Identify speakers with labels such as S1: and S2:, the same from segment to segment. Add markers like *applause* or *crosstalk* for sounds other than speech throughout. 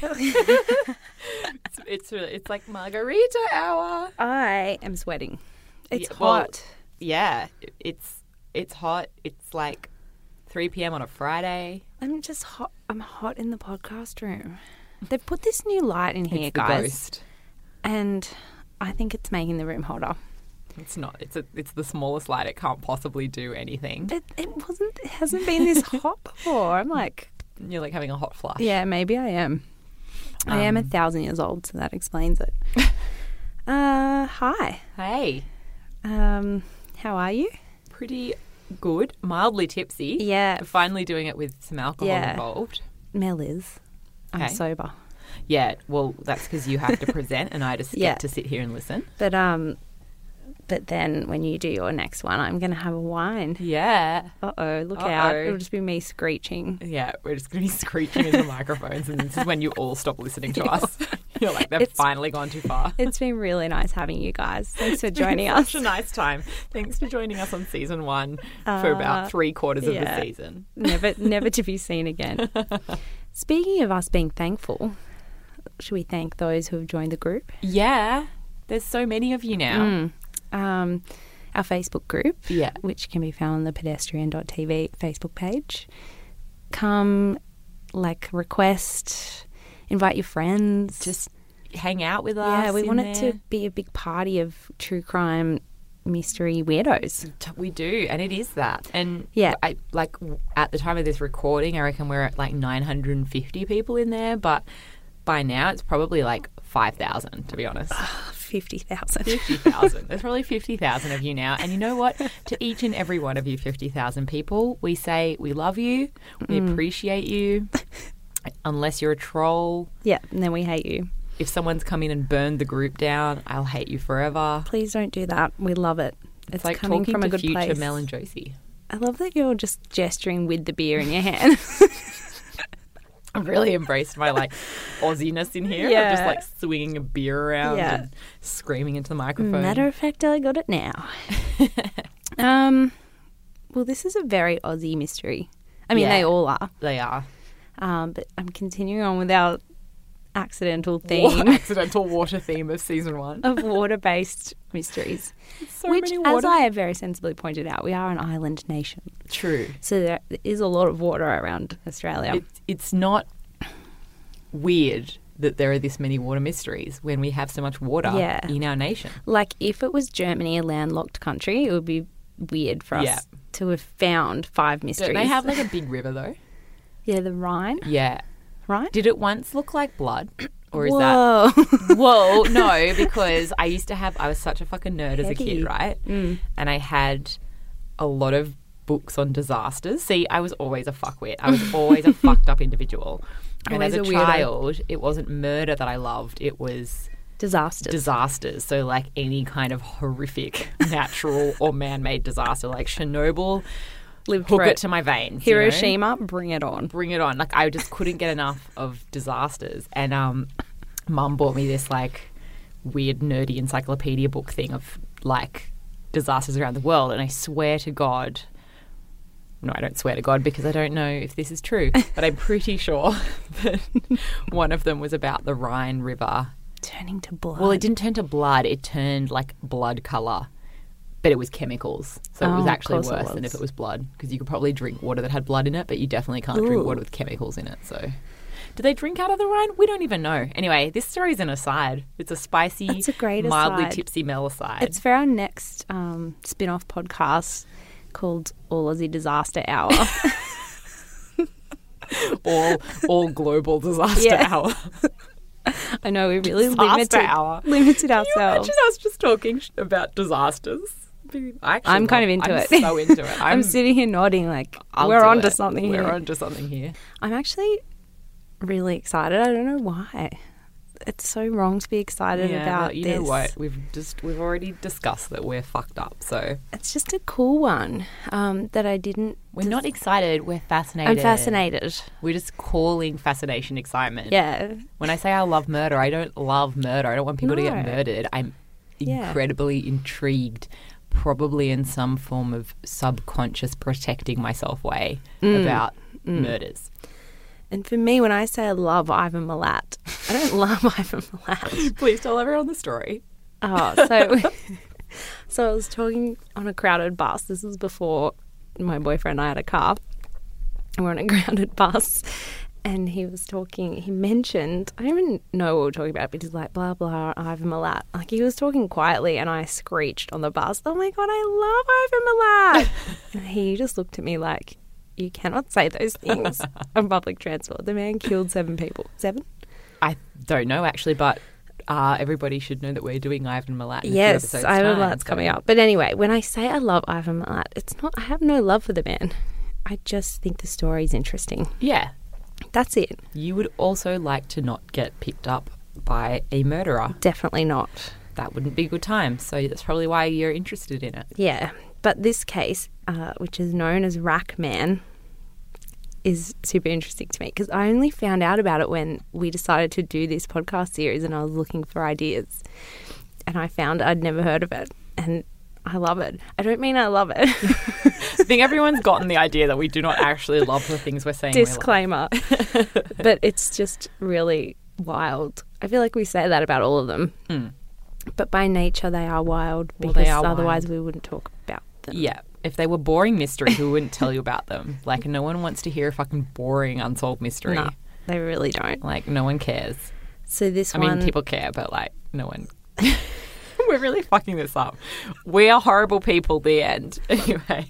S1: *laughs* it's, it's really it's like margarita hour.
S2: I am sweating. It's
S1: Yeah, well,
S2: hot.
S1: Yeah, it- it's it's hot. It's like 3 p.m. on a Friday.
S2: I'm just hot. I'm hot in the podcast room. They've put this new light in here,
S1: it's
S2: guys,
S1: the ghost.
S2: and I think it's making the room hotter.
S1: It's not. It's a, it's the smallest light. It can't possibly do anything.
S2: It, it wasn't. It hasn't
S1: *laughs*
S2: been this hot before. I'm like,
S1: You're like having a hot flash.
S2: yeah, maybe I am. I
S1: Um.
S2: am a thousand years old, so that
S1: *laughs*
S2: explains it. uh, hi.
S1: Hey,
S2: Um, how are you?
S1: pretty good. Mildly tipsy.
S2: Yeah,
S1: Finally doing it with some alcohol
S2: Yeah.
S1: involved.
S2: Mel is. I'm
S1: Okay.
S2: sober,
S1: Yeah. Well, that's because you have to present, and I *laughs* just
S2: Yeah.
S1: get to sit here and listen.
S2: but um, but then when you do your next one, I'm gonna have a wine.
S1: Yeah.
S2: Uh oh, look out!
S1: Uh-oh.
S2: It'll just be me
S1: *laughs*
S2: screeching.
S1: Yeah, we're just going to be screeching into microphones, and this is when you all stop listening
S2: *laughs*
S1: to us. *laughs* You're like, they've
S2: It's-
S1: finally gone too far.
S2: *laughs* It's been really nice having you guys. Thanks for joining us.
S1: Such a nice time. Thanks for joining us on season one for about three quarters of
S2: Uh, yeah.
S1: the season.
S2: never, never to be seen again.
S1: *laughs*
S2: Speaking of us being thankful, should we thank those who have joined the group?
S1: Yeah, there's so many of you now.
S2: Mm. Um, our Facebook group,
S1: Yeah.
S2: which can be found on the pedestrian.tv Facebook page. Come, like, request, invite your friends.
S1: Just hang out with us.
S2: yeah, we
S1: in
S2: want it
S1: there.
S2: to be a big party of true crime mystery weirdos.
S1: T- We do, and it is that. And
S2: Yeah.
S1: I like w- at the time of this recording, I reckon we're at like 950 people in there, but by now it's probably like 5,000 to be honest.
S2: 50,000. *laughs*
S1: 50,000. There's probably 50,000 of you now. And you know what? to each and every one of you 50,000 people, we say we love you. We
S2: Mm.
S1: appreciate you. Unless you're a troll,
S2: Yeah, and then we hate you.
S1: if someone's come in and burned the group down, I'll hate you forever.
S2: Please don't do that. We love it. It's,
S1: It's like
S2: coming
S1: talking
S2: from
S1: to
S2: a good
S1: future
S2: place.
S1: Mel and Josie.
S2: I love that you're just gesturing with the beer in your hand.
S1: *laughs* I've really embraced my like Aussiness in here. I'm just
S2: Yeah.
S1: like swinging a beer around
S2: Yeah.
S1: and screaming into the microphone.
S2: Matter of fact, I got
S1: *laughs*
S2: it now. um, well, this is a very Aussie mystery. I mean,
S1: Yeah.
S2: they all are.
S1: They are.
S2: Um, but I'm continuing on with our accidental
S1: Wa- *laughs*
S2: theme *laughs*
S1: accidental water theme of season one.
S2: of water-based mysteries,
S1: So
S2: which,
S1: many
S2: as
S1: water.
S2: I have very sensibly pointed out, we are an island nation,
S1: True.
S2: so there is a lot of water around Australia.
S1: It's, it's not weird that there are this many water mysteries when we have so much water
S2: Yeah.
S1: in our nation.
S2: Like if it was Germany, a landlocked country, it would be weird for us
S1: Yeah.
S2: to have found five mysteries.
S1: Don't they have like a big river though?
S2: yeah, the Rhine,
S1: Yeah.
S2: right?
S1: Did it once look like blood? *clears throat* Or is *laughs* that
S2: Whoa! *laughs*
S1: Well, no, because I used to have, I was such a fucking nerd as a
S2: Heavy.
S1: kid, right? Mm. And I had a lot of books on disasters. See, I was always a fuckwit. I was always *laughs* a fucked up individual. And
S2: Always
S1: as
S2: a
S1: a,
S2: weirdo.
S1: child, it wasn't murder that I loved, it was
S2: Disasters.
S1: disasters. So, like any kind of horrific *laughs* natural or man made disaster, like Chernobyl,
S2: Lived
S1: hook
S2: for
S1: it
S2: it.
S1: to my veins. you know?
S2: Hiroshima, bring it on.
S1: bring it on. Like I just couldn't get enough of disasters. And um, mum bought me this like weird nerdy encyclopedia book thing of like disasters around the world. And I swear to God, no, I don't swear to God because I don't know if this is true, but I'm pretty sure *laughs* that one of them was about the Rhine River.
S2: Turning to blood.
S1: Well, it didn't turn to blood; it turned like blood color. But it was chemicals, so it
S2: Oh,
S1: was
S2: of
S1: actually
S2: course
S1: worse
S2: it
S1: than
S2: was.
S1: if it was blood, because you could probably drink water that had blood in it, but you definitely can't
S2: Ooh.
S1: drink water with chemicals in it. So, do they drink out of the Rhine? We don't even know. Anyway, this story's an aside. It's a spicy,
S2: It's a great
S1: mildly
S2: aside.
S1: tipsy Mel aside.
S2: it's for our next um, spin-off podcast called All Aussie Disaster
S1: *laughs*
S2: Hour. *laughs*
S1: all all global disaster
S2: Yeah.
S1: hour.
S2: I know we really
S1: Disaster
S2: limited,
S1: hour.
S2: limited
S1: Can you
S2: ourselves.
S1: imagine us just talking sh- about disasters? I actually
S2: I'm kind of
S1: love-
S2: into
S1: I'm
S2: it.
S1: So into it.
S2: *laughs* I'm,
S1: I'm,
S2: sitting here nodding like
S1: I'll
S2: we're
S1: do
S2: onto
S1: it.
S2: something
S1: We're
S2: here.
S1: onto something here.
S2: I'm actually really excited. I don't know why. It's so wrong to be excited
S1: Yeah,
S2: about
S1: but you
S2: this.
S1: know what we've just we've already discussed that we're fucked up so
S2: It's just a cool one um, that I didn't.
S1: we're not excited we're fascinated
S2: I'm fascinated.
S1: we're just calling fascination excitement
S2: Yeah,
S1: when i say i love murder i don't love murder i don't want people to get
S2: No.
S1: murdered i'm
S2: Yeah.
S1: incredibly intrigued probably in some form
S2: Mm.
S1: of subconscious protecting myself way about murders
S2: And for me, when I say I love Ivan Milat, *laughs* I don't love Ivan Milat.
S1: Please tell everyone the story.
S2: Oh, so *laughs* so I was talking on a crowded bus. This was before my boyfriend and I had a car. And we're on a *laughs* crowded bus. And he was talking, he mentioned, I don't even know what we were talking about, but he's like, blah, blah, Ivan Milat. Like, he was talking quietly, and I screeched on the bus, oh my God, I love Ivan Milat. and he just looked at me like, you cannot say those things on public transport. The man killed seven people. Seven?
S1: I don't know actually, but uh, everybody should know that we're doing Ivan Milat. In
S2: yes,
S1: a few
S2: Ivan Milat's
S1: Milat's
S2: coming up. But anyway, when I say I love Ivan Milat, it's not, I have no love for the man. I just think the story is interesting.
S1: Yeah,
S2: That's it.
S1: you would also like to not get picked up by a murderer.
S2: Definitely not.
S1: That wouldn't be a good time. So that's probably why you're interested in it.
S2: Yeah. But this case, uh, which is known as Rack Man, is super interesting to me because I only found out about it when we decided to do this podcast series and I was looking for ideas. And I found I'd never heard of it. And I love it. I don't mean I love it. *laughs*
S1: I think everyone's gotten the idea that we do not actually love the things we're saying. we love.
S2: Disclaimer. *laughs* but it's just really wild. I feel like we say that about all of them.
S1: Mm.
S2: But by nature, they are wild
S1: Well,
S2: because
S1: they are
S2: otherwise we wouldn't talk about them.
S1: Yeah. If they were boring mysteries, we wouldn't tell you about them. Like, no one wants to hear a fucking boring unsolved mystery.
S2: No, they really don't.
S1: Like, no one cares.
S2: So this
S1: I
S2: one.
S1: mean, people care, but like, no one. *laughs* we're really fucking this up. We are horrible people, the end. *laughs* Anyway.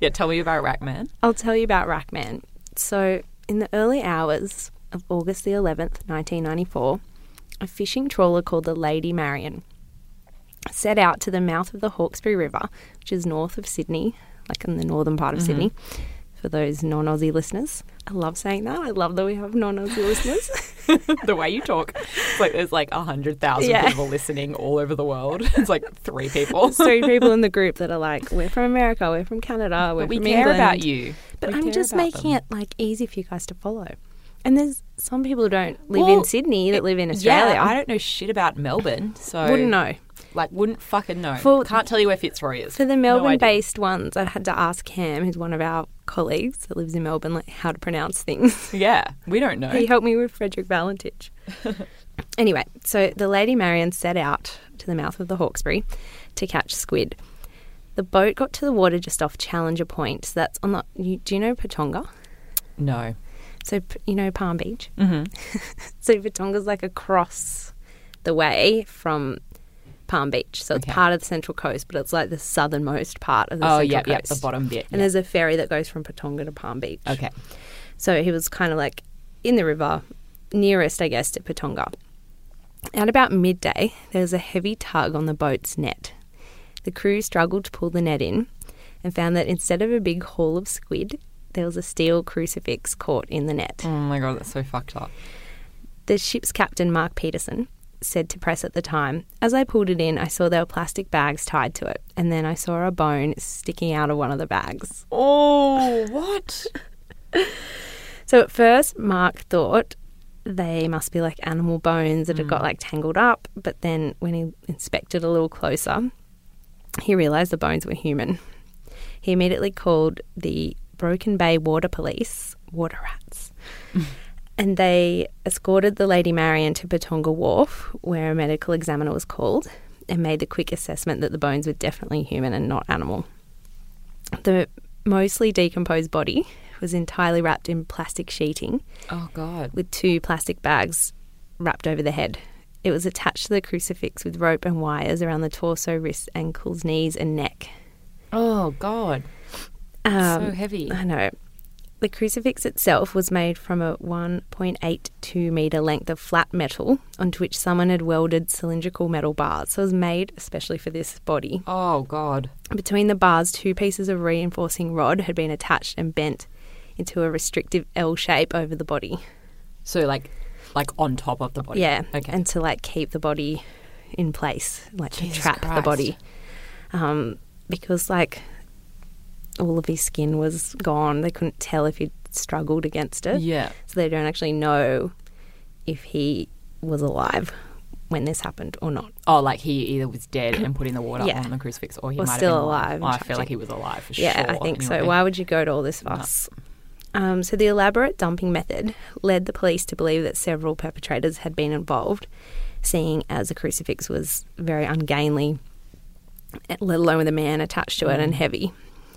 S1: Yeah, tell me about Rackman.
S2: I'll tell you about Rackman. So, in the early hours of August the 11th, 1994, a fishing trawler called the Lady Marion set out to the mouth of the Hawkesbury River, which is north of Sydney, like in the northern part of
S1: Mm-hmm.
S2: Sydney, for those non Aussie listeners. I love saying that. I love that we have non Aussie listeners.
S1: *laughs* the way you talk, it's like there's like 100,000
S2: Yeah.
S1: people listening all over the world. *laughs* It's like three people.
S2: There's three people in the group that are like, we're from America, we're from Canada,
S1: *laughs*
S2: we're
S1: But we
S2: from
S1: care
S2: England.
S1: about you.
S2: But
S1: We
S2: I'm
S1: care
S2: just
S1: about
S2: making
S1: them.
S2: it like easy for you guys to follow. And there's some people who don't live
S1: Well,
S2: in Sydney that live in Australia.
S1: Australia. I don't know shit about Melbourne, so
S2: wouldn't know.
S1: Like, wouldn't fucking know.
S2: For-
S1: Can't tell you where Fitzroy is.
S2: For
S1: No
S2: the
S1: idea.
S2: Melbourne-based ones, I had to ask Cam, who's one of our colleagues that lives in Melbourne, like how to pronounce things. *laughs*
S1: yeah, we don't know.
S2: he helped me with Frederick
S1: *laughs*
S2: Valentich. anyway, so the Lady Marion set out to the mouth of the Hawkesbury to catch squid. The boat got to the water just off Challenger Point. So that's on the. You, do you know Patonga?
S1: No.
S2: So p- you know Palm Beach.
S1: Mm-hmm.
S2: *laughs* So Patonga's like across the way from Palm Beach. So it's
S1: Okay.
S2: part of the central coast, but it's like the southernmost part of the
S1: Oh,
S2: central
S1: yeah,
S2: coast.
S1: yeah, the bottom bit.
S2: And
S1: yeah.
S2: there's a ferry that goes from Patonga to Palm Beach.
S1: Okay.
S2: So he was kind of like in the river, nearest, I guess, to Patonga. At about midday, there was a heavy tug on the boat's net. The crew struggled to pull the net in and found that instead of a big haul of squid, there was a steel crucifix caught in the net.
S1: Oh my god, that's so fucked up.
S2: The ship's captain, Mark Peterson, said to press at the time, As I pulled it in, I saw there were plastic bags tied to it, and then I saw a bone sticking out of one of the bags.
S1: Oh, what?
S2: So at first, Mark thought they must be like animal bones that had got like tangled up, but then when he inspected a little closer, he realised the bones were human. He immediately called the Broken Bay Water Police, water rats, and they escorted the Lady Marion to Batonga Wharf, where a medical examiner was called and made the quick assessment that the bones were definitely human and not animal. The mostly decomposed body was entirely wrapped in plastic sheeting
S1: *laughs* Oh god.
S2: with two plastic bags wrapped over the head. It was attached to the crucifix with rope and wires around the torso, wrists, ankles, knees, and neck.
S1: Oh god.
S2: Um,
S1: so heavy.
S2: I know. The crucifix itself was made from a 1.82 metre length of flat metal onto which someone had welded cylindrical metal bars. So it was made especially for this body.
S1: Oh god.
S2: Between the bars, two pieces of reinforcing rod had been attached and bent into a restrictive L shape over the body.
S1: So like like on top of the body.
S2: Yeah.
S1: Okay.
S2: And to like keep the body in place, like
S1: Jesus
S2: to trap the
S1: Christ.
S2: body. Um, because like all of his skin was gone. They couldn't tell if he'd struggled against it.
S1: yeah.
S2: So they don't actually know if he was alive when this happened or not.
S1: Oh, like he either was dead and put in the water
S2: Yeah.
S1: on the crucifix, or he
S2: Or
S1: might
S2: still
S1: have been
S2: alive and
S1: Oh, I
S2: chucked
S1: feel like
S2: in.
S1: he was alive for
S2: yeah,
S1: sure.
S2: I think so.
S1: anyway.
S2: Why would you go to all this fuss? Um, so the elaborate dumping method led the police to believe that several perpetrators had been involved, seeing as the crucifix was very ungainly, eh, let alone with a man attached to it
S1: Mm.
S2: and heavy.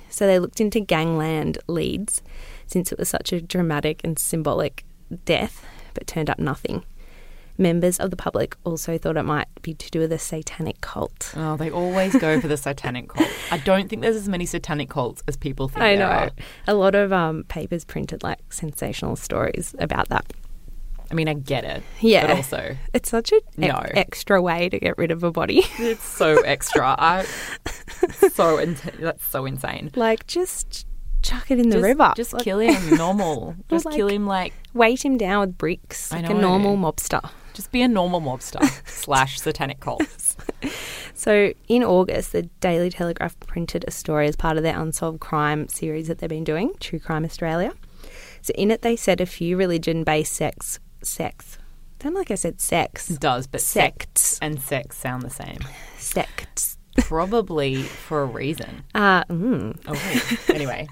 S2: So they looked into gangland leads, since it was such a dramatic and symbolic death, but turned up nothing. Members of the public also thought it might be to do with a satanic cult.
S1: Oh, they always go for the satanic cult. I don't think there's as many satanic cults as people think.
S2: *laughs* I
S1: there
S2: know.
S1: are.
S2: A lot of um, papers printed like sensational stories about that.
S1: I mean, I get it.
S2: Yeah.
S1: But also,
S2: It's such an e-
S1: No.
S2: extra way to get rid of a body. *laughs*
S1: it's so extra. I so in- that's so insane.
S2: like, just chuck it in the
S1: just,
S2: river.
S1: Just
S2: Like,
S1: kill him
S2: *laughs*
S1: normal. Just
S2: Like-
S1: kill him like
S2: Weight him down with bricks
S1: I
S2: like
S1: know.
S2: a normal mobster.
S1: just be a normal mobster
S2: *laughs*
S1: slash satanic cult.
S2: So, in August, the Daily Telegraph printed a story as part of their Unsolved Crime series that they've been doing, True Crime Australia. So, in it, they said a few religion based sex. Sex. Don't like I said sex.
S1: It does, but sex
S2: Sects.
S1: and sex sound the same.
S2: Sects.
S1: Probably for a reason.
S2: Uh, mm.
S1: Oh, *laughs* anyway.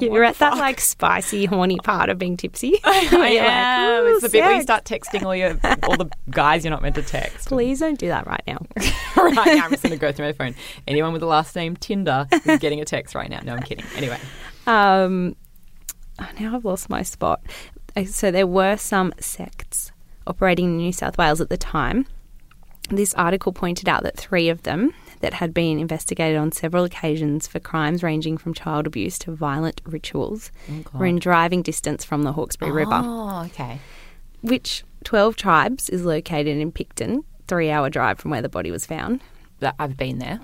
S2: You're at that like spicy, horny part of being tipsy. I
S1: am. it's the bit where you start texting all your all the guys you're not meant to *laughs* text.
S2: Please don't do that right now.
S1: right now, I'm just going to go through my phone. Anyone with the last name Tinder is getting a text right now. No, I'm kidding. Anyway,
S2: Um, oh, now I've lost my spot. Uh, So there were some sects operating in New South Wales at the time. This article pointed out that three of them that had been investigated on several occasions for crimes ranging from child abuse to violent rituals were in driving distance from the Hawkesbury River,
S1: Oh, okay.
S2: which 12 Tribes is located in Picton, three hour drive from where the body was found.
S1: That I've been there.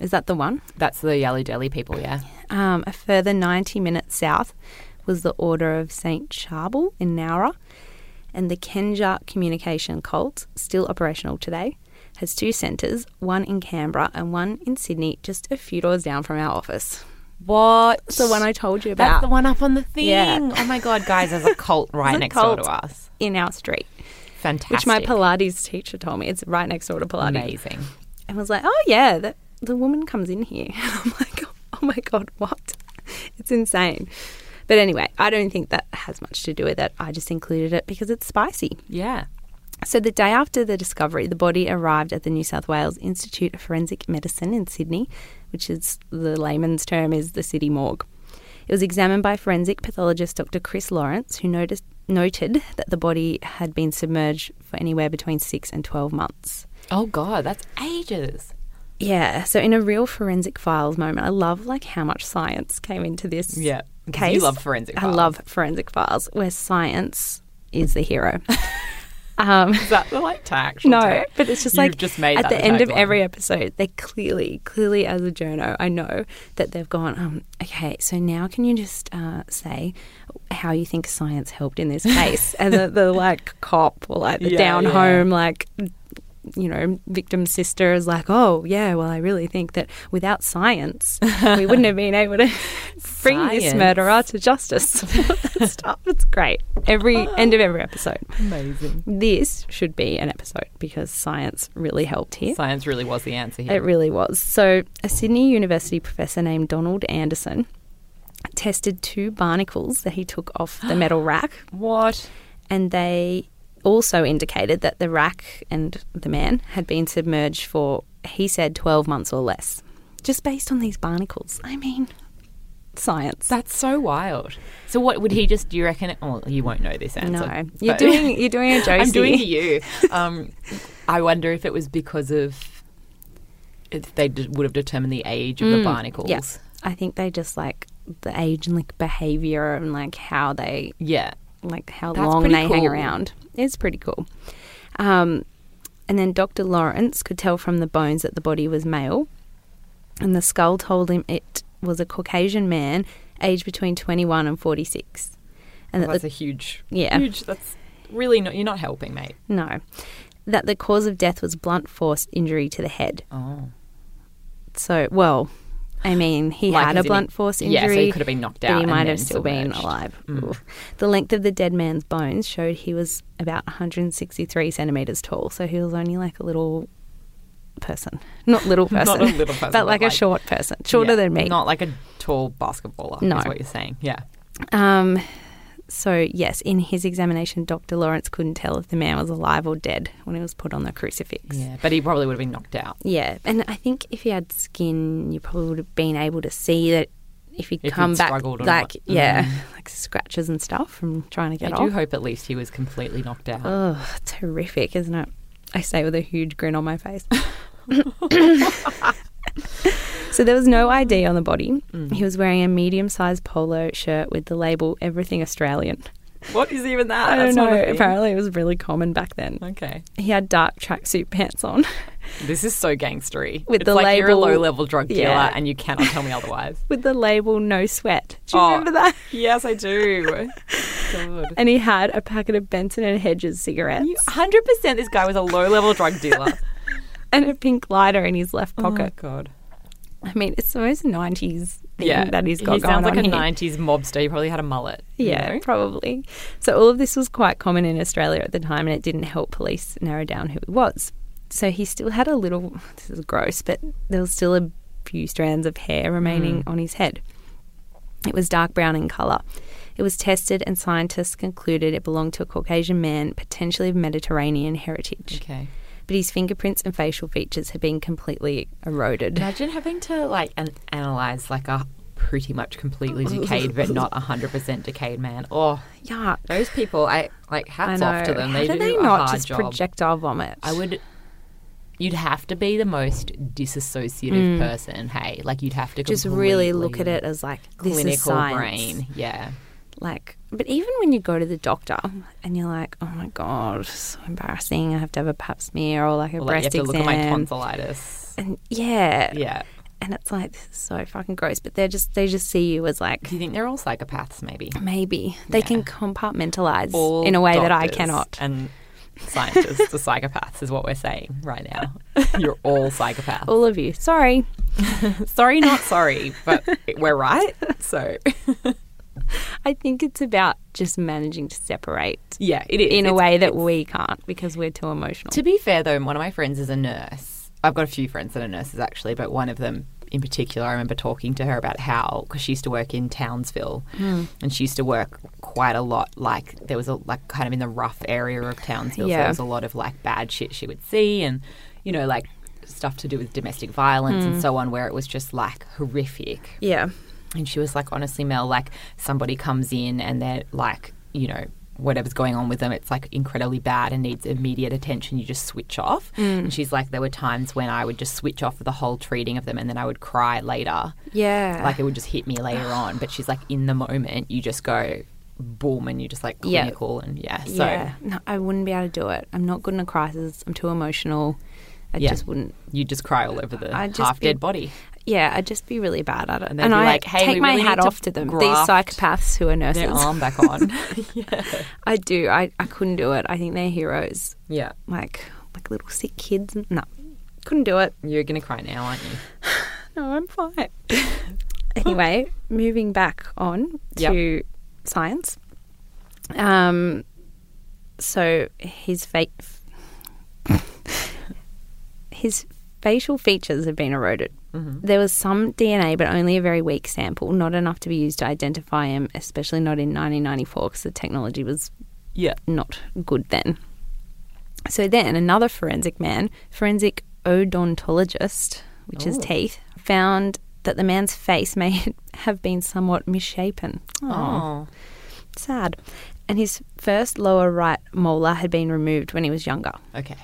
S2: Is that the one?
S1: That's the Yali Deli people. Yeah.
S2: Um, a further 90 minutes south was the Order of St. Charbel in Nowra, and the Kenja Communication Cult, still operational today, has two centres, one in Canberra and one in Sydney, just a few doors down from our office.
S1: What?
S2: It's the one I told you
S1: That's
S2: about
S1: the one up on the thing.
S2: Yeah.
S1: Oh my god, guys, there's a cult right
S2: a
S1: next door
S2: cult.
S1: to us.
S2: in our street,
S1: Fantastic.
S2: which my Pilates teacher told me. It's right next door to Pilates.
S1: amazing.
S2: And was like, oh, yeah, the, the woman comes in here. *laughs* I'm like, oh my God, what? *laughs* It's insane. But anyway, I don't think that has much to do with it. I just included it because it's spicy.
S1: Yeah.
S2: So, the day after the discovery, the body arrived at the New South Wales Institute of Forensic Medicine in Sydney, which is the layman's term is the city morgue. It was examined by forensic pathologist Dr. Chris Lawrence, who noticed, noted that the body had been submerged for anywhere between six and 12 months.
S1: Oh god, that's ages.
S2: Yeah, so in a real forensic files moment, I love like how much science came into this.
S1: Yeah, 'cause you
S2: case.
S1: love forensic
S2: I
S1: files.
S2: love forensic files where science is
S1: *laughs*
S2: the hero. um,
S1: Is that the like tax?
S2: no, but it's just
S1: You've
S2: like
S1: just made
S2: at
S1: that
S2: the end of
S1: tagline.
S2: every episode, they clearly, clearly as a journo, I know that they've gone. Um, okay, so now can you just uh, say how you think science helped in
S1: *laughs*
S2: this case? and the, the like cop or like the
S1: Yeah,
S2: down
S1: yeah.
S2: home like you know victim's sister is like, oh yeah, well I really think that without science we wouldn't have been
S1: *laughs*
S2: able to bring this
S1: Science.
S2: murderer to justice. *laughs* Stuff. It's great. Every end of every episode
S1: Amazing.
S2: this should be an episode because science really helped here.
S1: Science really was the answer here.
S2: It really was. So, a Sydney University professor named Donald Anderson tested two barnacles that he took off
S1: *gasps*
S2: the metal rack,
S1: what?
S2: and they also indicated that the rack and the man had been submerged for, he said, 12 months or less, just based on these barnacles. I mean, science.
S1: That's so wild. So what would he just? Do you reckon? Well, you won't know this answer.
S2: No, you're
S1: but-
S2: doing you're doing a
S1: *laughs*
S2: Josie.
S1: I'm doing to you. Um, I wonder if it was because of if they d- would have determined the age of the barnacles.
S2: Mm, Yes. I think they just like the age and like behavior and like how they
S1: Yeah.
S2: like how
S1: That's
S2: long
S1: pretty
S2: they hang
S1: cool.
S2: around. It's pretty cool. Um, and then Dr. Lawrence could tell from the bones that the body was male, and the skull told him it was a Caucasian man, aged between twenty-one and forty-six,
S1: Well,
S2: and that
S1: Oh, that's
S2: the,
S1: a huge.
S2: Uh, Yeah.
S1: Huge. That's really not. You're not helping, mate.
S2: no, that the cause of death was blunt force injury to the head.
S1: Oh.
S2: So, well, I mean, he
S1: Like,
S2: had
S1: as
S2: a
S1: in he-
S2: blunt force injury.
S1: yeah, so he could have been knocked out
S2: But he
S1: and
S2: might
S1: then Mm.
S2: have still been
S1: submerged.
S2: alive. Oof. The length of the dead man's bones showed he was about 163 centimeters tall. So he was only like a little person, not little
S1: *laughs*
S2: person,
S1: Not a
S2: *laughs*
S1: little person,
S2: but like
S1: but
S2: a
S1: like-
S2: short person, shorter
S1: Yeah.
S2: than me.
S1: Not like a tall basketballer.
S2: No.
S1: Is what you're saying. Yeah.
S2: Um, so, yes, in his examination, Dr. Lawrence couldn't tell if the man was alive or dead when he was put on the crucifix.
S1: Yeah, but he probably would have been knocked out.
S2: Yeah, and I think if he had skin, you probably would have been able to see that if he'd
S1: If
S2: come
S1: he'd
S2: back,
S1: struggled or
S2: like
S1: not.
S2: yeah, *laughs* like scratches and stuff from trying to get
S1: I
S2: off.
S1: do hope at least he was completely knocked out.
S2: Oh, terrific, isn't it? I say with a huge grin on
S1: *laughs*
S2: my face. so there was no ID on the body.
S1: Mm.
S2: He was wearing a medium-sized polo shirt with the label "Everything Australian."
S1: what is even that?
S2: I
S1: That's
S2: don't
S1: not a
S2: know.
S1: thing.
S2: Apparently, it was really common back then.
S1: Okay.
S2: He had dark tracksuit pants on. *laughs*
S1: This is so gangstery.
S2: With
S1: it's
S2: the
S1: like you're a
S2: label-
S1: low level drug dealer
S2: Yeah.
S1: and you cannot tell me otherwise.
S2: with the label "No Sweat." Do you
S1: Oh.
S2: remember that?
S1: *laughs* yes, I do. God.
S2: And he had a packet of Benson and Hedges cigarettes
S1: You- 100% this guy was a low level drug *laughs* dealer.
S2: and a pink lighter in his
S1: Oh.
S2: left pocket.
S1: God.
S2: I mean, it's the most nineties thing
S1: Yeah.
S2: that he's got
S1: he
S2: going
S1: sounds like
S2: on
S1: a
S2: here.
S1: 90s mobster. He probably had a mullet. you
S2: Yeah,
S1: know?
S2: probably. So all of this was quite common in Australia at the time, and it didn't help police narrow down who he was. So he still had a little. This is gross, but there was still a few strands of hair
S1: Mm.
S2: remaining on his head. It was dark brown in colour. It was tested, and scientists concluded it belonged to a Caucasian man, potentially of Mediterranean heritage.
S1: Okay.
S2: But his fingerprints and facial features had been completely eroded.
S1: Imagine having to like an- analyze like a pretty much completely decayed but not 100% decayed man. Oh,
S2: Yuck.
S1: those people, I like
S2: I
S1: hats
S2: know.
S1: off to them.
S2: How
S1: they
S2: do
S1: do
S2: they
S1: a
S2: not
S1: hard
S2: just
S1: job.
S2: projectile vomit?
S1: I would. You'd have to be the most disassociative person. Hey, like you'd have to
S2: Mm. just really look at
S1: completely
S2: it as like this
S1: Clinical
S2: is science.
S1: brain. Yeah.
S2: Like, but even when you go to the doctor and you're like, oh my god, so embarrassing. I have to have a pap smear or like a
S1: Or like you
S2: breast
S1: have to look
S2: exam.
S1: at my tonsillitis.
S2: and yeah,
S1: Yeah.
S2: and it's like this is so fucking gross. But they're just they just see you as like
S1: Do you think they're all psychopaths? Maybe.
S2: maybe they can compartmentalize
S1: All
S2: in a way that I
S1: doctors
S2: cannot.
S1: And scientists are psychopaths, is what we're saying right
S2: *laughs*
S1: now. You're all psychopaths.
S2: All of you, sorry.
S1: sorry, not sorry, but we're right. So
S2: I think it's about just managing to separate
S1: yeah, it is
S2: in a
S1: It's-
S2: way that we can't because we're too emotional.
S1: To be fair, though, one of my friends is a nurse. I've got a few friends that are nurses, actually, but one of them in particular, I remember talking to her about how, because she used to work in Townsville and she used to work quite a lot. Like, there was a, like, kind of in the rough area of Townsville. So
S2: Yeah.
S1: there was a lot of, like, bad shit she would see and, you know, like, stuff to do with domestic violence and so on, where it was just, like, horrific.
S2: yeah,
S1: And she was like, honestly, Mel, like somebody comes in and they're like, you know, whatever's going on with them, it's like incredibly bad and needs immediate attention. You just switch off.
S2: Mm.
S1: And she's like, there were times when I would just switch off the whole treating of them and then I would cry later.
S2: yeah.
S1: Like it would just hit me
S2: *sighs*
S1: later on. But she's like, in the moment, you just go boom and you just like
S2: Yeah.
S1: clinical and yeah. So
S2: yeah, no, I wouldn't be able to do it. I'm not good in a crisis. I'm too emotional. I
S1: Yeah.
S2: just wouldn't.
S1: you just cry all over the
S2: I'd just
S1: half dead
S2: be- *laughs*
S1: body.
S2: Yeah, I'd just be really bad at it. And,
S1: they'd be
S2: I
S1: like, "Hey,
S2: take
S1: we
S2: my
S1: really
S2: hat
S1: need to
S2: off to them. These
S1: graft
S2: psychopaths who are nurses.
S1: Their arm back
S2: *laughs*
S1: on. *laughs*
S2: I do. I, I couldn't do it. I think they're heroes.
S1: yeah.
S2: Like like little sick kids. No, couldn't do it.
S1: You're going to cry now, aren't you?
S2: No, I'm fine. *laughs* anyway, moving back on to science. Um, so his fake. *laughs* His facial features have been eroded. There was some DNA, but only a very weak sample, not enough to be used to identify him, especially not in 1994 because the technology was
S1: Yeah.
S2: not good then. So then another forensic man, forensic odontologist, which is teeth, found that the man's face may *laughs* have been somewhat misshapen.
S1: Oh.
S2: Sad. And his first lower right molar had been removed when he was younger.
S1: Okay.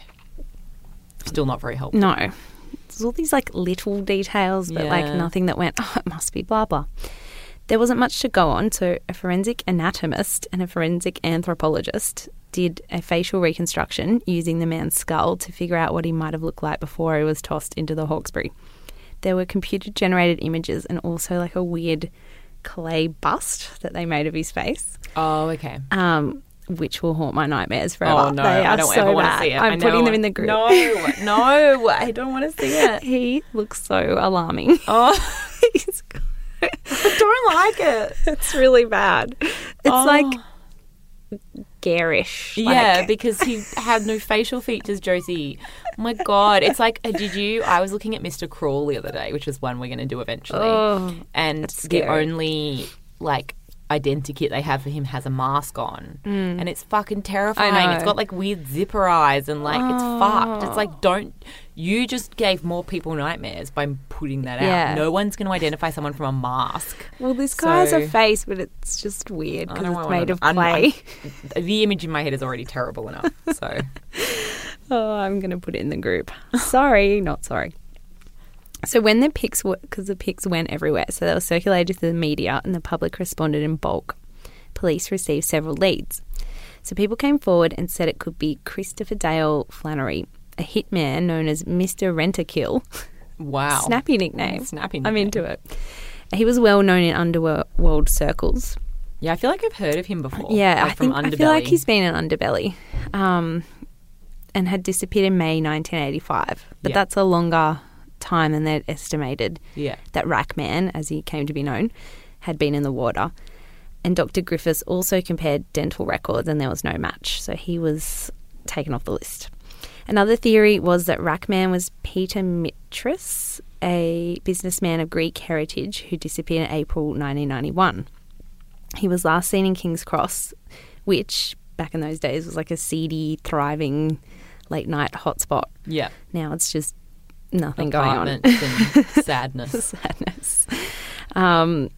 S1: Still not very helpful.
S2: No. There's all these like little details, but like
S1: Yeah.
S2: nothing that went, *laughs* oh, it must be blah, blah. There wasn't much to go on, so a forensic anatomist and a forensic anthropologist did a facial reconstruction using the man's skull to figure out what he might have looked like before he was tossed into the Hawkesbury. There were computer generated images and also like a weird clay bust that they made of his face
S1: Oh, okay.
S2: um, which will haunt my nightmares forever.
S1: Oh no,
S2: they are
S1: I don't
S2: so
S1: ever want
S2: bad.
S1: to see it. I
S2: I'm
S1: never
S2: putting them
S1: want-
S2: in the group.
S1: No, no, I don't want to see
S2: *laughs*
S1: it.
S2: He looks so alarming. *laughs*
S1: Oh,
S2: He's-
S1: I don't like it.
S2: it's really bad. It's like
S1: Oh.
S2: garish.
S1: yeah,
S2: like-
S1: because he had no facial features, Josie. Oh my god, it's like, uh, did you? I was looking at Mr. Crawl the other day, which is one we're going to do eventually,
S2: Oh,
S1: and the
S2: scary.
S1: only like identikit they have for him has a mask on, and it's fucking terrifying.
S2: Mm. I know. Oh.
S1: It's got like weird zipper eyes and like it's fucked. It's like don't you just gave more people nightmares by putting that
S2: Yeah.
S1: out. No one's going to identify someone from a mask.
S2: Well, this guy has a
S1: So-
S2: face, but it's just weird
S1: I
S2: because
S1: don't
S2: it's
S1: want
S2: made
S1: to-
S2: of
S1: I'm- I'm-
S2: clay.
S1: *laughs* The image in my head is already terrible enough. So
S2: Oh, I'm going to put it in the group. Sorry, not sorry. So when the pics were, because the pics went everywhere, so they were circulated to the media and the public responded in bulk. Police received several leads. So people came forward and said it could be Christopher Dale Flannery, a hitman known as Mr. Rentakill.
S1: wow,
S2: Snappy nickname.
S1: Snappy
S2: I'm
S1: nickname.
S2: into it. He was well known in underworld circles.
S1: Yeah, I feel like I've heard of him before.
S2: Uh, Yeah,
S1: like
S2: I think
S1: from
S2: I feel like
S1: Underbelly.
S2: he's been an underbelly, um, and had disappeared in May 1985. But
S1: Yeah.
S2: that's a longer time than they'd estimated.
S1: Yeah.
S2: That Rackman, as he came to be known, had been in the water, and Dr. Griffiths also compared dental records, and there was no match, so he was taken off the list. Another theory was that Rackman was Peter Mitris, a businessman of Greek heritage who disappeared in April 1991. He was last seen in King's Cross, which back in those days was like a seedy, thriving late night hotspot.
S1: Yeah.
S2: Now it's just nothing going on.
S1: Apartments
S2: *laughs*
S1: and sadness.
S2: Sadness. Um,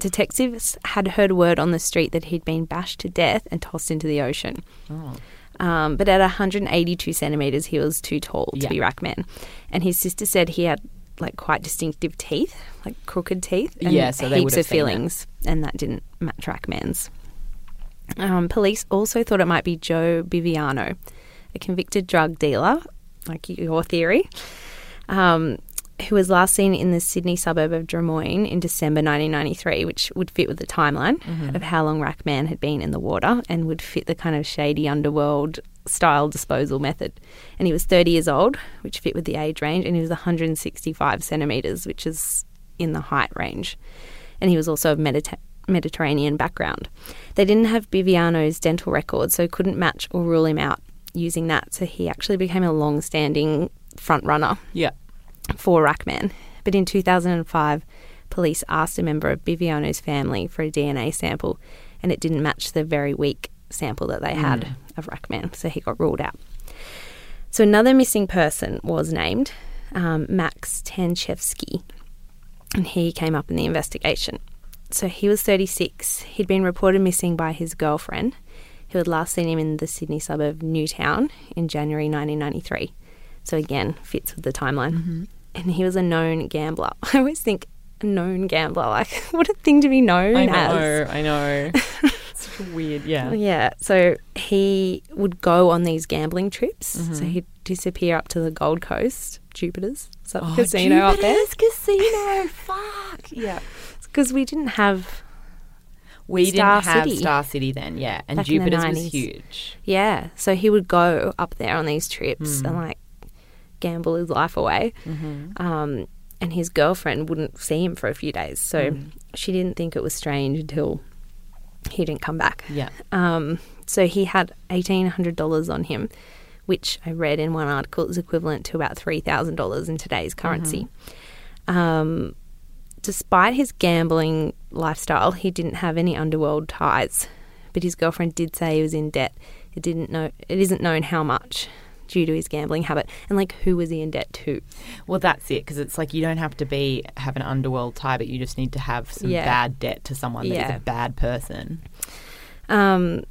S2: detectives had heard word on the street that he'd been bashed to death and tossed into the ocean.
S1: Oh.
S2: Um, but at 182 centimeters, he was too tall to
S1: Yeah.
S2: be Rackman. And his sister said he had like quite distinctive teeth, like crooked teeth, and
S1: Yeah, so they would
S2: heaps
S1: have
S2: of
S1: seen that.
S2: fillings, and that didn't match Rackman's. Um, police also thought it might be Joe Biviano, a convicted drug dealer, like your theory, um, who was last seen in the Sydney suburb of Drummoyne in December 1993, which would fit with the timeline of how long Rackman had been in the water and would fit the kind of shady underworld style disposal method. And he was 30 years old, which fit with the age range, and he was 165 centimetres, which is in the height range. And he was also of Medita- Mediterranean background. They didn't have Biviano's dental record, so couldn't match or rule him out using that. So he actually became a long standing front runner
S1: Yeah.
S2: for Rackman. But in 2005, police asked a member of Biviano's family for a DNA sample, and it didn't match the very weak sample that they had of Rackman, so he got ruled out. So another missing person was named um, Max Tanchevsky, and he came up in the investigation. So he was 36. He'd been reported missing by his girlfriend, who had last seen him in the Sydney suburb of Newtown in January 1993. So again, fits with the timeline.
S1: Mm-hmm.
S2: And he was a known gambler. *laughs* I always think a known gambler, like *laughs* what a thing to be known
S1: I
S2: as.
S1: know. I know. Such a weird. Yeah.
S2: Oh, Yeah. So he would go on these gambling trips. So he'd disappear up to the Gold Coast, Jupiter's. Is that the casino up there?
S1: Oh, Jupiter's casino. Fuck. Yeah.
S2: Because we didn't have.
S1: We
S2: Star
S1: didn't have
S2: City.
S1: Star City then. Yeah. And
S2: Back in the
S1: Jupiter's was
S2: 90s.
S1: huge.
S2: Yeah. So he would go up there on these trips and like gamble his life away. Um, and his girlfriend wouldn't see him for a few days. So she didn't think it was strange until he didn't come back.
S1: Yeah.
S2: Um, so he had eighteen hundred dollars on him, which I read in one article is equivalent to about three thousand dollars in today's currency. Um, despite his gambling lifestyle, he didn't have any underworld ties, but his girlfriend did say he was in debt. It didn't know. It isn't known how much due to his gambling habit and like who was he in debt to.
S1: Well, that's it because it's like you don't have to be have an underworld tie, but you just need to have some
S2: Yeah.
S1: bad debt to someone that is
S2: Yeah.
S1: a bad person.
S2: Um,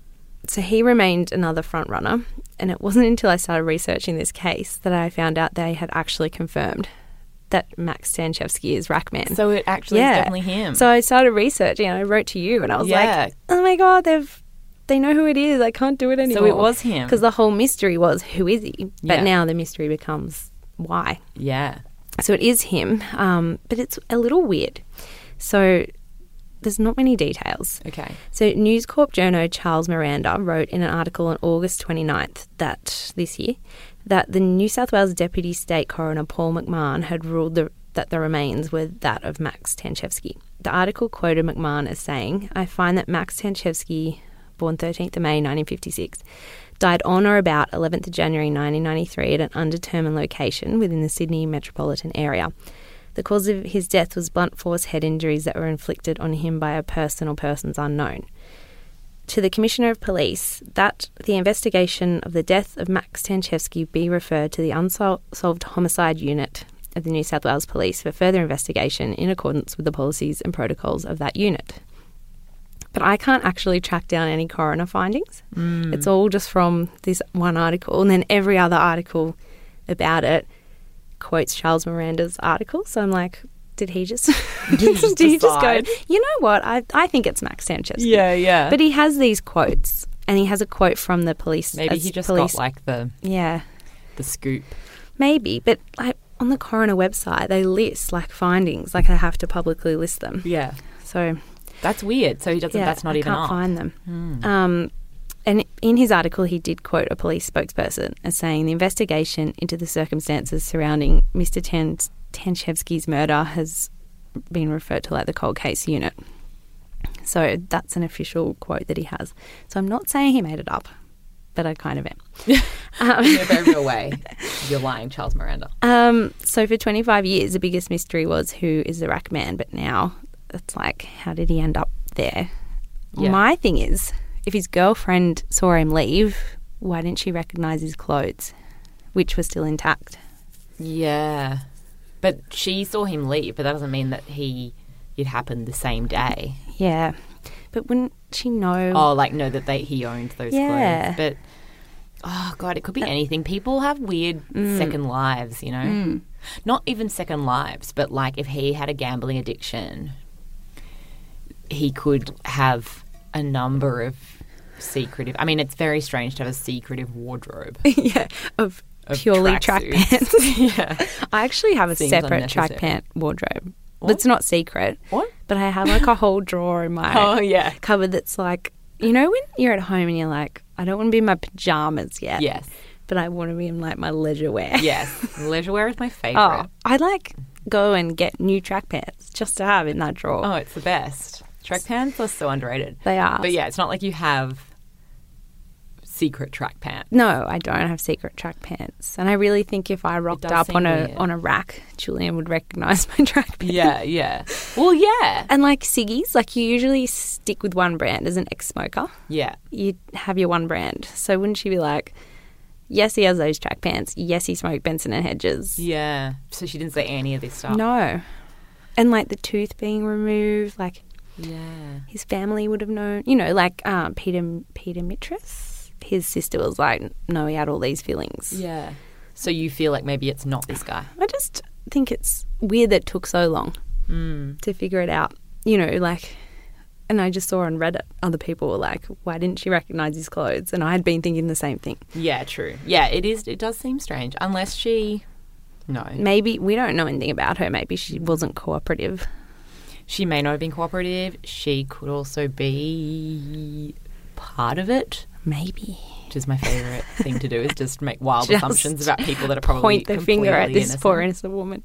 S2: so he remained another front runner, and it wasn't until I started researching this case that I found out they had actually confirmed that Max Stanchevsky is Rackman.
S1: So it actually
S2: Yeah.
S1: is definitely him.
S2: So I started researching, and I wrote to you, and I was
S1: Yeah.
S2: like, "Oh my god, they've they know who it is. I can't do it anymore."
S1: so it was him.
S2: because the whole mystery was who is he, but
S1: Yeah.
S2: now the mystery becomes why.
S1: yeah.
S2: So it is him, um, but it's a little weird. So there's not many details.
S1: Okay.
S2: So, News Corp journo Charles Miranda wrote in an article on August 29th that this year that the New South Wales Deputy State Coroner Paul McMahon had ruled the, that the remains were that of Max Tanchevsky. The article quoted McMahon as saying, "I find that Max Tanchevsky, born 13th of May 1956, died on or about 11th of January 1993 at an undetermined location within the Sydney metropolitan area." The cause of his death was blunt force head injuries that were inflicted on him by a person or persons unknown. To the Commissioner of Police, that the investigation of the death of Max Tanchevsky be referred to the Unsolved Homicide Unit of the New South Wales Police for further investigation in accordance with the policies and protocols of that unit. But I can't actually track down any coroner findings.
S1: Mm.
S2: It's all just from this one article, and then every other article about it quotes Charles Miranda's article. So I'm like, did he just? *laughs*
S1: he just
S2: did he just go?
S1: decide?
S2: You know what? I I think it's Max Sanchez.
S1: Yeah, yeah.
S2: But he has these quotes, and he has a quote from the police.
S1: Maybe
S2: as
S1: he just
S2: police.
S1: got like the
S2: yeah,
S1: the scoop.
S2: maybe. But like on the coroner website, they list like findings. Like I have to publicly list them.
S1: Yeah,
S2: So
S1: that's weird. So he doesn't.
S2: yeah,
S1: that's not
S2: I
S1: even Hmm.
S2: can't
S1: up. *laughs*
S2: find them. Um, and in his article, he did quote a police spokesperson as saying the investigation into the circumstances surrounding Mr. Tan- Tanchevsky's murder has been referred to like the cold case unit. So that's an official quote that he has. So I'm not saying he made it up, but I kind of am.
S1: *laughs* In a very real
S2: *laughs*
S1: way, you're lying, Charles Miranda.
S2: Um, so for 25 years, the biggest mystery was who is the rack man, but now it's like, how did he end up there?
S1: Yeah.
S2: My thing is, if his girlfriend saw him leave, why didn't she recognize his clothes, which were still intact?
S1: Yeah, but she saw him leave, but that doesn't mean that he it happened the same day.
S2: Yeah, but wouldn't she know?
S1: Oh, like no, that they he owned those clothes,
S2: Yeah.
S1: but. Oh god, it could be anything. People have weird
S2: Mm.
S1: second lives, you know. Not even second lives, but like if he had a gambling addiction, he could have a number of secretive. I mean, it's very strange to have a secretive wardrobe.
S2: *laughs* yeah, of,
S1: Of
S2: purely track
S1: tracksuits.
S2: pants. *laughs*
S1: yeah.
S2: I actually have a
S1: Seems
S2: separate track
S1: unnecessary.
S2: pant wardrobe.
S1: What?
S2: It's not secret,
S1: What?
S2: but I have like a whole drawer in my
S1: Oh yeah.
S2: cupboard that's like, you know, when you're at home and you're like, I don't want to be in my pajamas yet.
S1: Yes.
S2: But I want to be in like my leisure wear.
S1: Yes. Leisure wear is my
S2: *laughs* Oh,
S1: favorite.
S2: I like go and get new track pants just to have in that drawer.
S1: Oh. it's the best. Track pants are so underrated.
S2: They are.
S1: But yeah, it's not like you have secret track
S2: *laughs*
S1: pants.
S2: No, I don't have secret track pants. And I really think if I rocked
S1: does
S2: up
S1: seem
S2: on a
S1: weird.
S2: on a rack, Julian would recognize *laughs* my track pants.
S1: Yeah, yeah. Well, yeah.
S2: And like Siggy's, like you usually stick with one brand as an ex smoker.
S1: Yeah.
S2: you have your one brand. So wouldn't she be like, yes, he has those track pants. Yes, he smoked Benson and Hedges.
S1: Yeah. So she didn't say any of this stuff.
S2: No. And like the tooth being removed, like
S1: Yeah.
S2: his family would have known. You know, like um, Peter Peter Mitris, his sister was like, no, he had all these feelings.
S1: Yeah. So you feel like maybe it's not this guy.
S2: I just think it's weird that it took so long
S1: Mm.
S2: to figure it out. You know, like, and I just saw on Reddit other people were like, why didn't she recognize his clothes? And I had been thinking the same thing.
S1: Yeah, true. Yeah, it is. It does seem strange. Unless she. No.
S2: Maybe we don't know anything about her. Maybe she wasn't cooperative.
S1: She may not have been cooperative. She could also be part of it.
S2: Maybe.
S1: which is my favorite thing to do is just make wild
S2: *laughs* Just
S1: assumptions about people that are probably
S2: Point the finger at
S1: completely
S2: this poor
S1: innocent.
S2: innocent woman.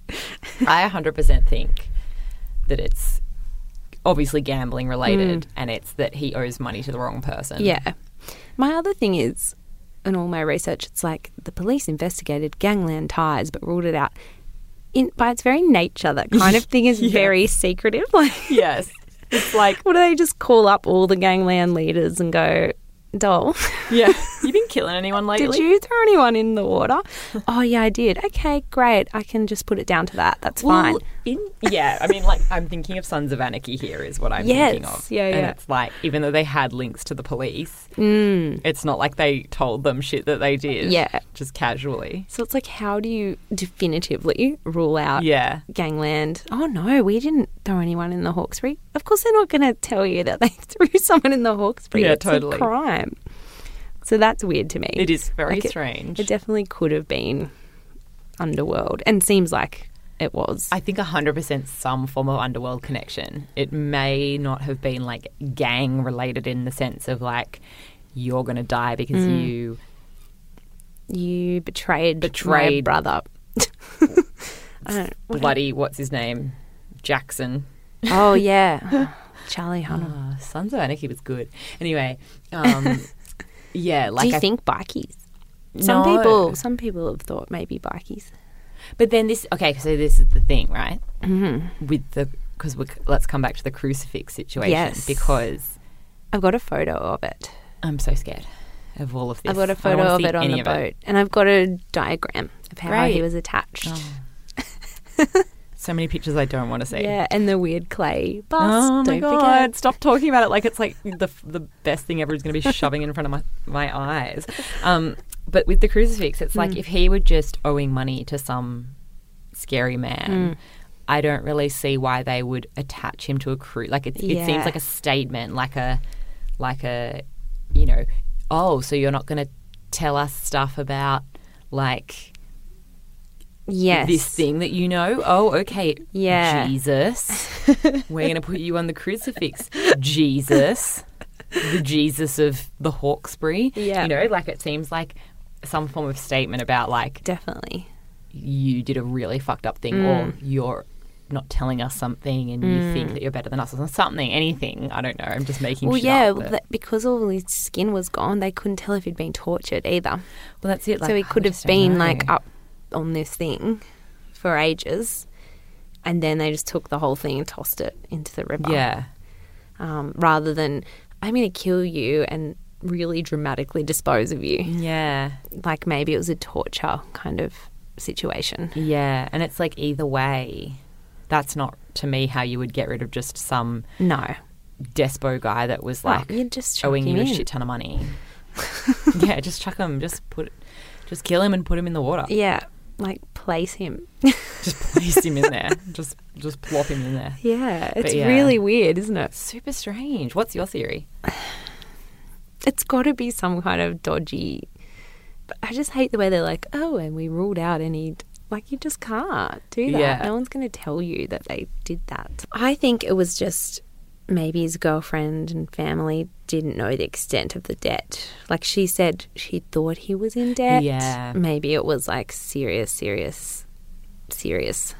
S1: I 100% think that it's obviously gambling related and it's that he owes money to the wrong person.
S2: Hmm. Yeah. My other thing is, in all my research, it's like the police investigated gangland ties but ruled it out. In, by its very nature, that kind of thing is
S1: *laughs* Yeah.
S2: very secretive. *laughs* Like,
S1: Yes. It's like,
S2: what do they just call up all the gangland leaders and go, doll? *laughs*
S1: yeah, you been killing anyone lately?
S2: Did you throw anyone in the water? oh, yeah, I did. Okay, great. I can just put it down to that. That's fine.
S1: Well, in- yeah, I mean, like, I'm thinking of Sons of Anarchy here, is what I'm
S2: Yes,
S1: thinking of.
S2: yeah,
S1: And
S2: yeah.
S1: it's like, even though they had links to the police, it's not like they told them shit that they did.
S2: Hmm. Yeah.
S1: Just casually.
S2: So it's like, how do you definitively rule out
S1: Yeah.
S2: gangland? Oh no, we didn't throw anyone in the Hawkesbury. Of course, they're not going to tell you that they *laughs* threw someone in the Hawkesbury.
S1: Yeah,
S2: it's
S1: totally.
S2: a crime. So that's weird to me.
S1: It is very
S2: Like, it-
S1: strange.
S2: It definitely could have been underworld, and seems like it was.
S1: I think 100% some form of underworld connection. It may not have been like gang related in the sense of like, you're going to die because you.
S2: you betrayed,
S1: Betrayed.
S2: my brother. *laughs* I don't,
S1: Bloody, what's his name? Jackson. *laughs*
S2: oh yeah, Charlie Hunnam.
S1: Ah, Sons of Anarchy was good. *laughs* Anyway, um, yeah, like
S2: Do you
S1: I
S2: think bikies? Some
S1: No.
S2: people, some people have thought maybe bikies.
S1: But then this, okay, so this is the thing, right? Mm-hmm. With the, because let's come back to the crucifix situation.
S2: Yes.
S1: Because
S2: I've got a photo of it.
S1: I'm so scared of all of this.
S2: I've got a
S1: I don't
S2: photo
S1: wanna
S2: of
S1: see
S2: it on
S1: any
S2: the
S1: of
S2: boat, and I've got a diagram of how he
S1: Great.
S2: was attached.
S1: Oh. So many pictures I don't want to see.
S2: Yeah, and the weird clay bust.
S1: Oh my
S2: don't
S1: god!
S2: forget.
S1: Stop talking about it like it's like the the best thing ever is going to be shoving in front of my my eyes. Um, but with the crucifix, it's
S2: Hmm.
S1: like if he were just owing money to some scary man,
S2: Hmm.
S1: I don't really see why they would attach him to a cru. Like it, it
S2: Yeah.
S1: seems like a statement, like a like a you know, oh, so you're not going to tell us stuff about like
S2: Yes.
S1: this thing that you know. Oh, okay.
S2: Yeah. *laughs*
S1: Jesus. We're going to put you on the crucifix. Jesus. The Jesus of the Hawkesbury.
S2: Yeah.
S1: You know, like it seems like some form of statement about like
S2: Definitely.
S1: you did a really fucked up thing or
S2: Mm.
S1: you're not telling us something and you think that you're better than us or something, anything. I don't know. I'm just making
S2: Well,
S1: shit
S2: yeah,
S1: up, but-
S2: that, because all his skin was gone, they couldn't tell if he'd been tortured either.
S1: well, that's it.
S2: so he
S1: like, I
S2: could have
S1: just don't
S2: been
S1: know.
S2: like up on this thing for ages, and then they just took the whole thing and tossed it into the river.
S1: Yeah.
S2: Um, rather than I'm going to kill you and really dramatically dispose of you,
S1: Yeah.
S2: like maybe it was a torture kind of situation.
S1: Yeah, and it's like either way, that's not to me how you would get rid of just some
S2: No,
S1: despo guy that was like
S2: Oh, you just chuck
S1: owing
S2: him
S1: you a
S2: in.
S1: shit ton of
S2: *laughs*
S1: money. yeah, just chuck him, just put, just kill him and put him in the water.
S2: Yeah, like place him.
S1: Just place him in there. Just just plop him in there.
S2: Yeah, it's
S1: yeah.
S2: really weird, isn't it?
S1: Super strange. What's your theory?
S2: it's got to be some kind of dodgy. But I just hate the way they're like, oh, and we ruled out any. Like, you just can't do that.
S1: Yeah.
S2: No one's going to tell you that they did that. I think it was just maybe his girlfriend and family didn't know the extent of the debt. Like, she said she thought he was in debt.
S1: Yeah.
S2: Maybe it was like serious, serious, serious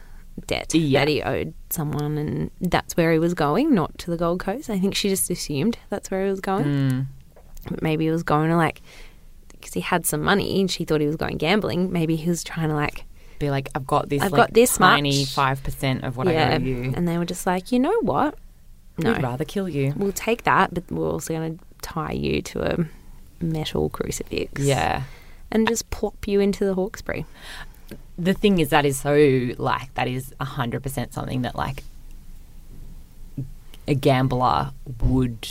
S2: debt
S1: Yeah.
S2: that he owed someone and that's where he was going not to the gold coast i think she just assumed that's where he was going
S1: Mm.
S2: but maybe he was going to like because he had some money and she thought he was going gambling maybe he was trying to like
S1: Be like, I've got this.
S2: I've
S1: like,
S2: got this
S1: tiny
S2: much.
S1: five percent of what I
S2: yeah
S1: owe you.
S2: and they were just like you know what no
S1: We'd rather kill you.
S2: we'll take that but we're also going to tie you to a metal crucifix
S1: Yeah.
S2: and just plop you into the hawkesbury
S1: the thing is that is so like that is 100% something that like a gambler would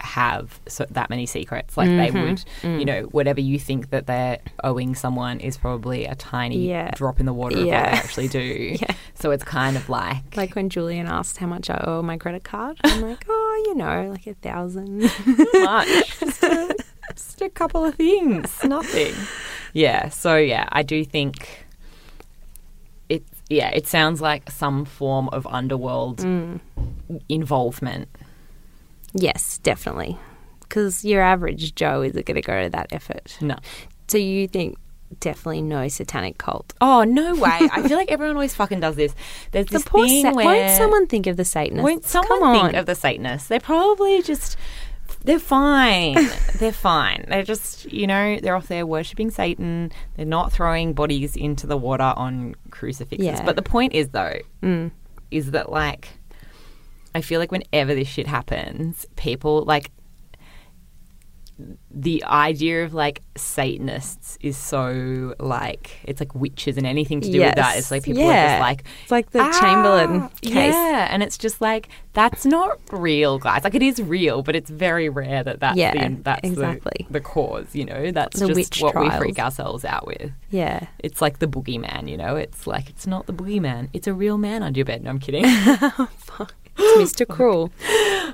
S1: have so that many secrets like
S2: Mm-hmm.
S1: they would
S2: Mm.
S1: you know whatever you think that they're owing someone is probably a tiny
S2: Yeah.
S1: drop in the water of
S2: Yeah.
S1: what they actually do
S2: *laughs* Yeah.
S1: so it's kind of like
S2: like when julian asked how much i owe on my credit card i'm like oh you know like a thousand *laughs*
S1: much just a, *laughs* just a couple of things nothing yeah so yeah i do think it yeah it sounds like some form of underworld
S2: Mm.
S1: involvement
S2: yes definitely because your average joe isn't going to go to that effort
S1: No.
S2: so you think definitely no satanic cult
S1: Oh no way! I feel like everyone always fucking does this. There's
S2: the
S1: this
S2: poor
S1: thing
S2: Sa-
S1: where
S2: won't someone think of the Satanists?
S1: won't someone
S2: Come on.
S1: think of the Satanists? They're probably just they're
S2: *laughs*
S1: fine. they're fine. They're just you know they're off there worshiping Satan. They're not throwing bodies into the water on crucifixes.
S2: Yeah. Mm.
S1: But the point is though, is that like I feel like whenever this shit happens, people like the idea of like Satanists is so like it's like witches and anything to do with that.
S2: Yes.
S1: It's like people are
S2: Yeah.
S1: just like "Ah,
S2: It's like the Chamberlain case.
S1: Yeah, and it's just like that's not real, guys. Like it is real, but it's very rare that that's
S2: Yeah,
S1: the, that's the-
S2: exactly.
S1: the, cause. You know, that's
S2: The
S1: just
S2: witch
S1: what we
S2: trials.
S1: freak ourselves out with.
S2: yeah.
S1: *gasps* It's like the boogeyman, you know. It's like it's not the boogeyman; it's a real man under your bed. No, I'm
S2: *laughs*
S1: kidding. Oh
S2: It's Mr. Cruel.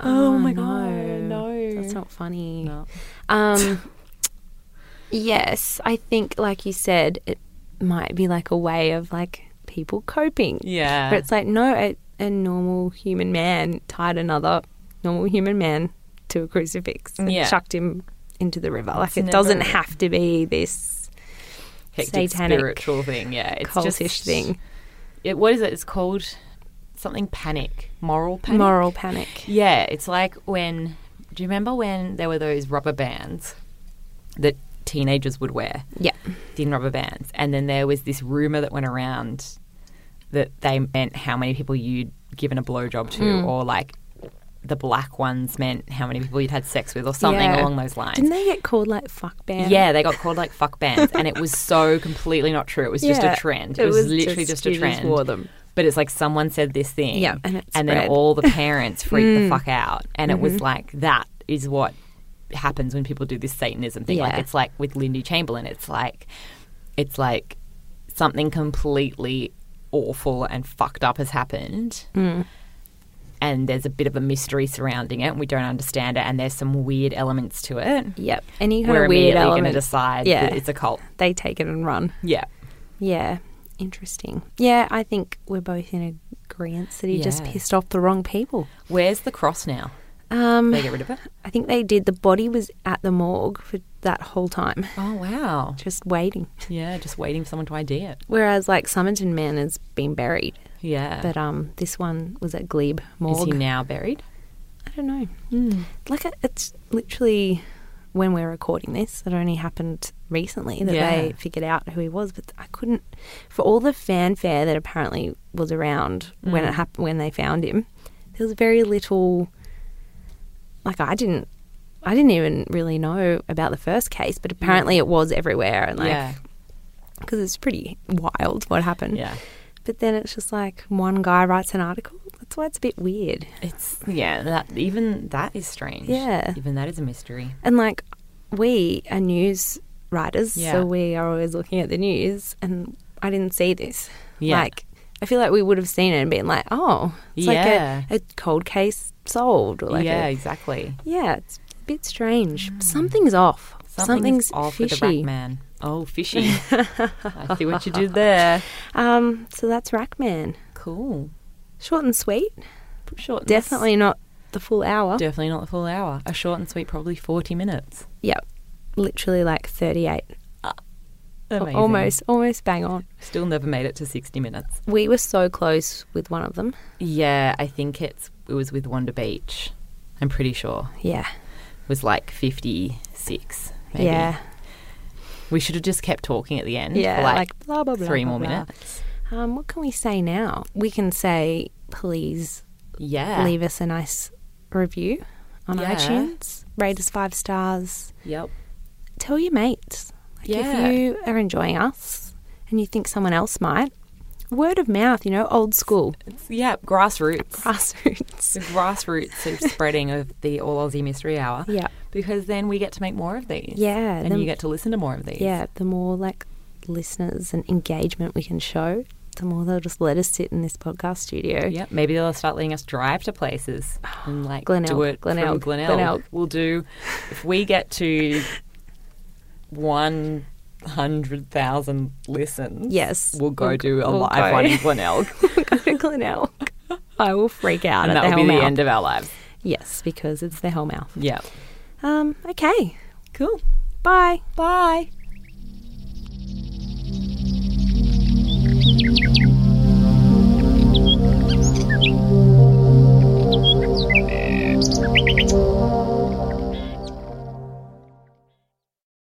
S2: oh,
S1: my God, no.
S2: That's not funny.
S1: *laughs* No.
S2: Um, yes, I think, like you said, it might be like a way of like people coping.
S1: Yeah.
S2: But it's like, no, a, a normal human man tied another normal human man to a crucifix and
S1: Yeah.
S2: chucked him into the river. Like,
S1: It's
S2: it
S1: never-
S2: doesn't have to be this
S1: hectic
S2: satanic
S1: spiritual thing. Yeah, it's
S2: cultish
S1: just,
S2: thing.
S1: It, what is it? It's called something panic, moral panic.
S2: Moral panic.
S1: Yeah, it's like when. Do you remember when there were those rubber bands that teenagers would wear,
S2: Yeah.
S1: thin rubber bands. And then there was this rumor that went around that they meant how many people you'd given a blowjob to, or like the black ones meant how many people you'd had sex with, or something
S2: Yeah.
S1: along those lines.
S2: Didn't they get called like fuck band?
S1: Yeah, they got called like fuck bands, and it was so completely not true. It was just
S2: Yeah.
S1: a trend. It, was, literally just, a
S2: you
S1: trend.
S2: wore them.
S1: But it's like someone said this thing,
S2: Yeah, and it
S1: then
S2: spread. Mm. Mm-hmm.
S1: all the parents freaked the fuck out, and it was like that is what happens when people do this Satanism thing. Like
S2: Yeah.
S1: it's like with Lindy Chamberlain, it's like it's like something completely awful and fucked up has happened.
S2: Mm.
S1: And there's a bit of a mystery surrounding it. and We don't understand it, and there's some weird elements to it.
S2: Yep. Any kind
S1: We're
S2: of weird
S1: immediately going to
S2: element,
S1: decide
S2: Yeah.
S1: that it's a cult.
S2: they take it and run.
S1: Yeah.
S2: Yeah. Interesting. Yeah, I think we're both in agreement that he just
S1: Yeah.
S2: pissed off the wrong people.
S1: Where's the cross now?
S2: Um,
S1: They get rid of
S2: *sighs*
S1: it.
S2: I think they did. The body was at the morgue for that whole time,
S1: Oh wow.
S2: just waiting.
S1: Yeah, just waiting for someone to ID it.
S2: Whereas, like, Summerton Man has been buried,
S1: Yeah.
S2: but um, this one was at Glebe
S1: is he
S2: Morgue.
S1: now buried?
S2: I don't know.
S1: Hmm.
S2: Like, it- it's literally when we're recording this. It only happened recently that
S1: Yeah.
S2: they figured out who he was. But I couldn't, for all the fanfare that apparently was around when
S1: Hmm.
S2: it happened when they found him, there was very little. Like, I didn't. I didn't even really know about the first case, but apparently it was everywhere, and like
S1: Hmm. *laughs* yeah.
S2: because it's pretty wild what happened.
S1: Yeah.
S2: But then it's just like one guy writes an article. That's why it's a bit weird.
S1: It's yeah, that even that is strange.
S2: Yeah.
S1: Even that is a mystery.
S2: And like we are news writers,
S1: Yeah.
S2: so we are always looking at the news and I didn't see this.
S1: Yeah.
S2: Like I feel like we would have seen it and been like, Oh, it's
S1: Yeah.
S2: like a, a cold case solved or like
S1: yeah,
S2: a,
S1: exactly.
S2: yeah, it's a bit strange. Something's off.
S1: Something's, off with the
S2: fishy.
S1: rack man. Oh, *laughs* fishy. I see what you did there.
S2: um, so that's Rackman.
S1: Cool.
S2: Short and sweet.
S1: Short. and
S2: Definitely not the full hour.
S1: s- Definitely not the full hour. A short and sweet, probably forty minutes.
S2: yeah. Literally like thirty eight.
S1: Amazing.
S2: Almost almost bang on.
S1: Still never made it to sixty minutes.
S2: We were so close with one of them.
S1: Yeah, I think it's it was with Wonder Beach. I'm pretty sure
S2: Yeah.
S1: it was like 56. Maybe.
S2: Yeah.
S1: we should have just kept talking at the end.
S2: Yeah,
S1: for like,
S2: like, blah, blah, blah,
S1: Three
S2: blah,
S1: more
S2: blah.
S1: minutes.
S2: Um, what can we say now? We can say, please
S1: Yeah.
S2: leave us a nice review on
S1: Yeah.
S2: iTunes. Rate us five stars.
S1: Yep.
S2: Tell your mates. Like
S1: Yeah.
S2: if you are enjoying us and you think someone else might, word of mouth, you know, old school,
S1: It's, yeah. Grassroots.
S2: grassroots.
S1: The grassroots of spreading of the All Aussie Mystery Hour.
S2: Yeah.
S1: Because then we get to make more of these.
S2: Yeah,
S1: And
S2: then-
S1: you get to listen to more of these.
S2: yeah, the more like listeners and engagement we can show, the more they'll just let us sit in this podcast studio.
S1: Yep. Maybe they'll start letting us drive to places and like do
S2: Glenelg,
S1: it from
S2: Glenelg,
S1: Glenelg.
S2: Glenelg.
S1: We'll do if we get to one hundred thousand listens.
S2: Yes.
S1: we'll go
S2: We'll-
S1: do a
S2: we'll
S1: live
S2: go.
S1: one in
S2: *laughs*
S1: Glenelg,
S2: Go to Glenelg. I will freak out
S1: and
S2: at
S1: that will be
S2: the whole
S1: the
S2: mouth.
S1: end of our lives.
S2: Yes, because it's the whole mouth.
S1: Yeah.
S2: Um, okay.
S1: Cool.
S2: Bye.
S1: Bye.